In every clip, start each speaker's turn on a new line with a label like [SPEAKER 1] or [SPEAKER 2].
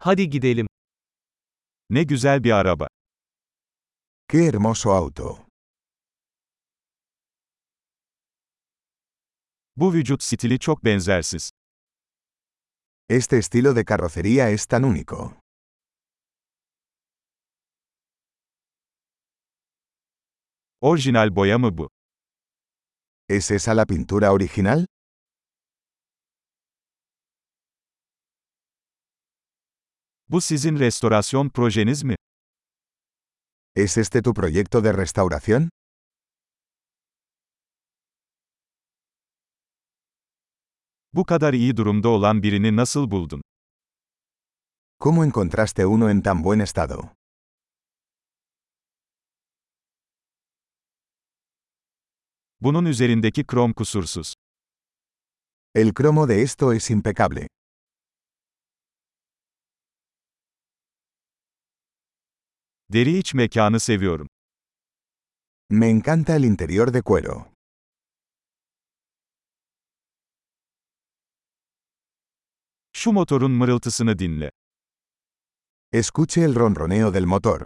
[SPEAKER 1] Hadi gidelim. Ne güzel bir araba.
[SPEAKER 2] Qué hermoso auto.
[SPEAKER 1] Bu vücut stili çok benzersiz.
[SPEAKER 2] Este estilo de carrocería es tan único.
[SPEAKER 1] Orijinal boya mı bu?
[SPEAKER 2] ¿Es esa la pintura original?
[SPEAKER 1] Bu sizin restorasyon projeniz mi?
[SPEAKER 2] ¿Es este tu proyecto de restauración?
[SPEAKER 1] Bu kadar iyi durumda olan birini nasıl buldun?
[SPEAKER 2] ¿Cómo encontraste uno en tan buen estado?
[SPEAKER 1] Bunun üzerindeki krom kusursuz.
[SPEAKER 2] El cromo de esto es impecable.
[SPEAKER 1] Deri iç mekanı seviyorum.
[SPEAKER 2] Me encanta el interior de cuero.
[SPEAKER 1] Şu motorun mırıltısını dinle.
[SPEAKER 2] Escuche el ronroneo del motor.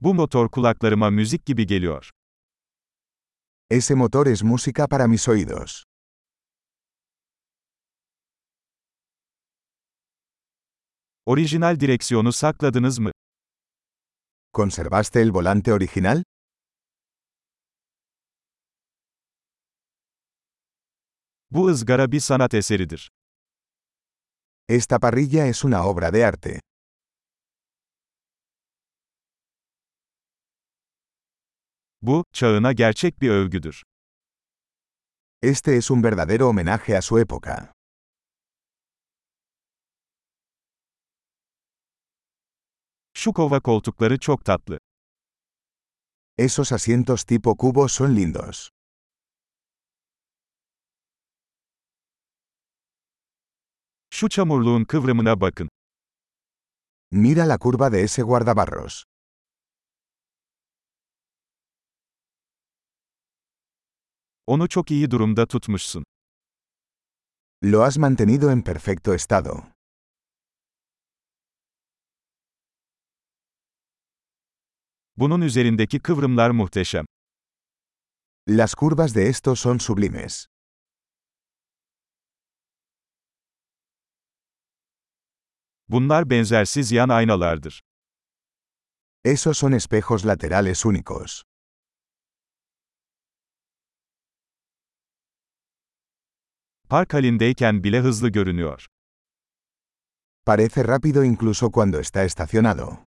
[SPEAKER 1] Bu motor kulaklarıma müzik gibi geliyor.
[SPEAKER 2] Ese motor es música para mis oídos.
[SPEAKER 1] Orijinal direksiyonu sakladınız mı?
[SPEAKER 2] ¿Conservaste el volante original?
[SPEAKER 1] Bu ızgara bir sanat eseridir.
[SPEAKER 2] Esta parrilla es una obra de arte.
[SPEAKER 1] Bu, çağına gerçek bir övgüdür.
[SPEAKER 2] Este es un verdadero homenaje a su época.
[SPEAKER 1] Şu kova koltukları çok tatlı.
[SPEAKER 2] Esos asientos tipo cubo son lindos.
[SPEAKER 1] Şu çamurluğun kıvrımına bakın.
[SPEAKER 2] Mira la curva de ese guardabarros.
[SPEAKER 1] Onu çok iyi durumda tutmuşsun.
[SPEAKER 2] Lo has mantenido en perfecto estado.
[SPEAKER 1] Bunun üzerindeki kıvrımlar muhteşem.
[SPEAKER 2] Las curvas de estos son sublimes.
[SPEAKER 1] Bunlar benzersiz yan aynalardır.
[SPEAKER 2] Esos son espejos laterales únicos.
[SPEAKER 1] Park halindeyken bile hızlı görünüyor.
[SPEAKER 2] Parece rápido incluso cuando está estacionado.